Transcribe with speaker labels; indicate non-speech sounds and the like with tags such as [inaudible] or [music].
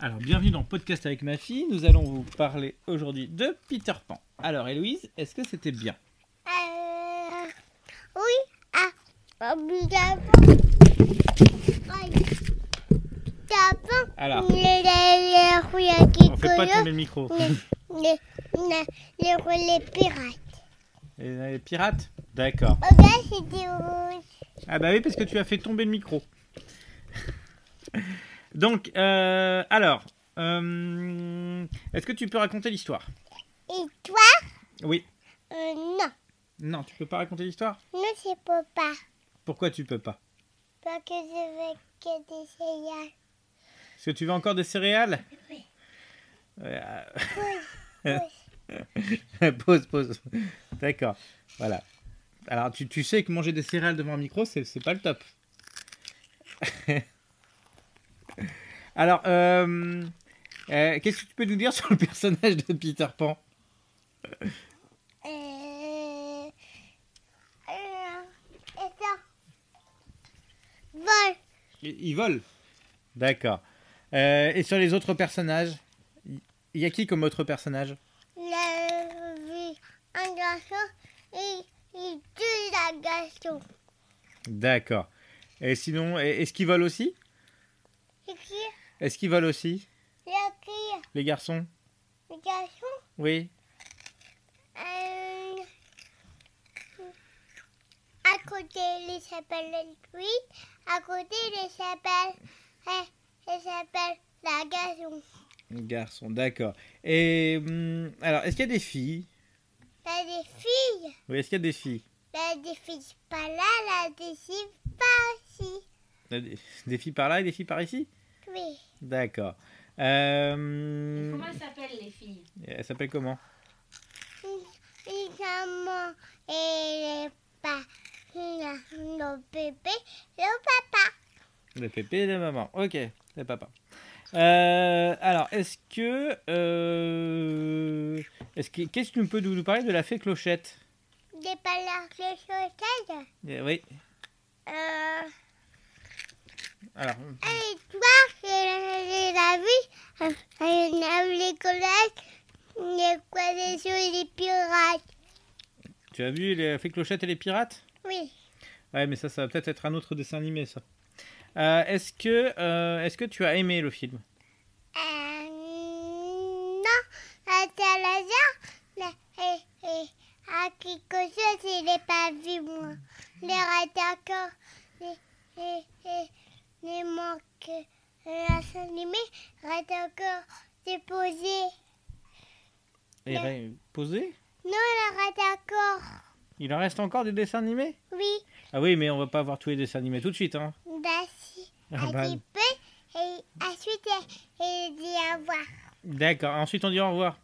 Speaker 1: Alors, bienvenue dans Podcast avec ma fille. Nous allons vous parler aujourd'hui de Peter Pan. Alors, Héloïse, est-ce que c'était bien
Speaker 2: Euh, oui. Ah. Obligatoirement. Tapin.
Speaker 1: Alors,
Speaker 2: Les, les, les rouilles qui
Speaker 1: on fait pas tomber le micro.
Speaker 2: Les, les, les relais pirates.
Speaker 1: Les, les pirates D'accord.
Speaker 2: Regarde, c'était rouge.
Speaker 1: Ah bah oui, parce que tu as fait tomber le micro. [laughs] Donc, euh, alors, euh, est-ce que tu peux raconter l'histoire
Speaker 2: Et toi
Speaker 1: Oui.
Speaker 2: Euh, Non.
Speaker 1: Non, tu peux pas raconter l'histoire
Speaker 2: Non, c'est pas pas.
Speaker 1: Pourquoi tu peux pas
Speaker 2: Parce que je veux que des céréales.
Speaker 1: Parce que tu veux encore des céréales
Speaker 2: Oui.
Speaker 1: Euh,
Speaker 2: Rouges.
Speaker 1: [laughs] pause, pause. D'accord. Voilà. Alors, tu, tu sais que manger des céréales devant un micro, c'est, c'est pas le top. [laughs] Alors, euh, euh, qu'est-ce que tu peux nous dire sur le personnage de Peter Pan
Speaker 2: Euh, euh, et ça. Vol.
Speaker 1: Il il vole. D'accord. Euh, et sur les autres personnages Il y a qui comme autre personnage
Speaker 2: La vie, un garçon, il, il tue la garçon.
Speaker 1: D'accord. Et sinon, e- est-ce qu'ils volent aussi
Speaker 2: C'est qui
Speaker 1: Est-ce qu'ils volent aussi,
Speaker 2: La qui
Speaker 1: les garçons
Speaker 2: Le garçon
Speaker 1: Oui.
Speaker 2: euh, À côté, il s'appelle lui. À côté, il s'appelle. euh, il s'appelle la garçon.
Speaker 1: Garçons, d'accord. Et hum, alors, est-ce qu'il y a des filles
Speaker 2: La des filles.
Speaker 1: Oui, est-ce qu'il y a des filles
Speaker 2: La des filles pas là, la des filles pas ici.
Speaker 1: Il y a Euh, Des des filles par là et des filles par ici
Speaker 2: Oui.
Speaker 1: D'accord.
Speaker 3: Et
Speaker 1: Euh,
Speaker 3: Comment elles s'appellent les filles
Speaker 1: elle s'appelle comment
Speaker 2: maman et les pas le bébé, le papa.
Speaker 1: Le pépé et la maman. Ok, le papa. Euh, alors, est-ce que. euh, est-ce que Qu'est-ce que tu peux nous nous parler de la fée Clochette
Speaker 2: Des palais de chaussettes.
Speaker 1: Eh Oui.
Speaker 2: Euh,
Speaker 1: Alors,
Speaker 2: et toi, c'est la vie. Euh, Elle a eu les collègues, les collègues sur les pirates.
Speaker 1: tu as vu la fée Clochette et les pirates
Speaker 2: Oui.
Speaker 1: Ouais, mais ça, ça va peut-être être un autre dessin animé, ça. Euh, est-ce que, euh, est-ce que tu as aimé le film
Speaker 2: Euh, non, euh, à Talaza, mais et, et, à quelque chose, il n'est pas vu, moi. Les attaquants, les, les, les, les manques, euh, la s'animer, attaquants déposé.
Speaker 1: Et ré- Posé
Speaker 2: Non, les attaquants,
Speaker 1: ben, Il en reste encore des dessins animés
Speaker 2: oui,
Speaker 1: Ah oui, mais on va pas voir tous les dessins animés tout de suite, hein
Speaker 2: d'assez,
Speaker 1: Ah
Speaker 2: un
Speaker 1: bah.
Speaker 2: petit peu, et ensuite, il dit au revoir.
Speaker 1: D'accord, ensuite on dit au revoir.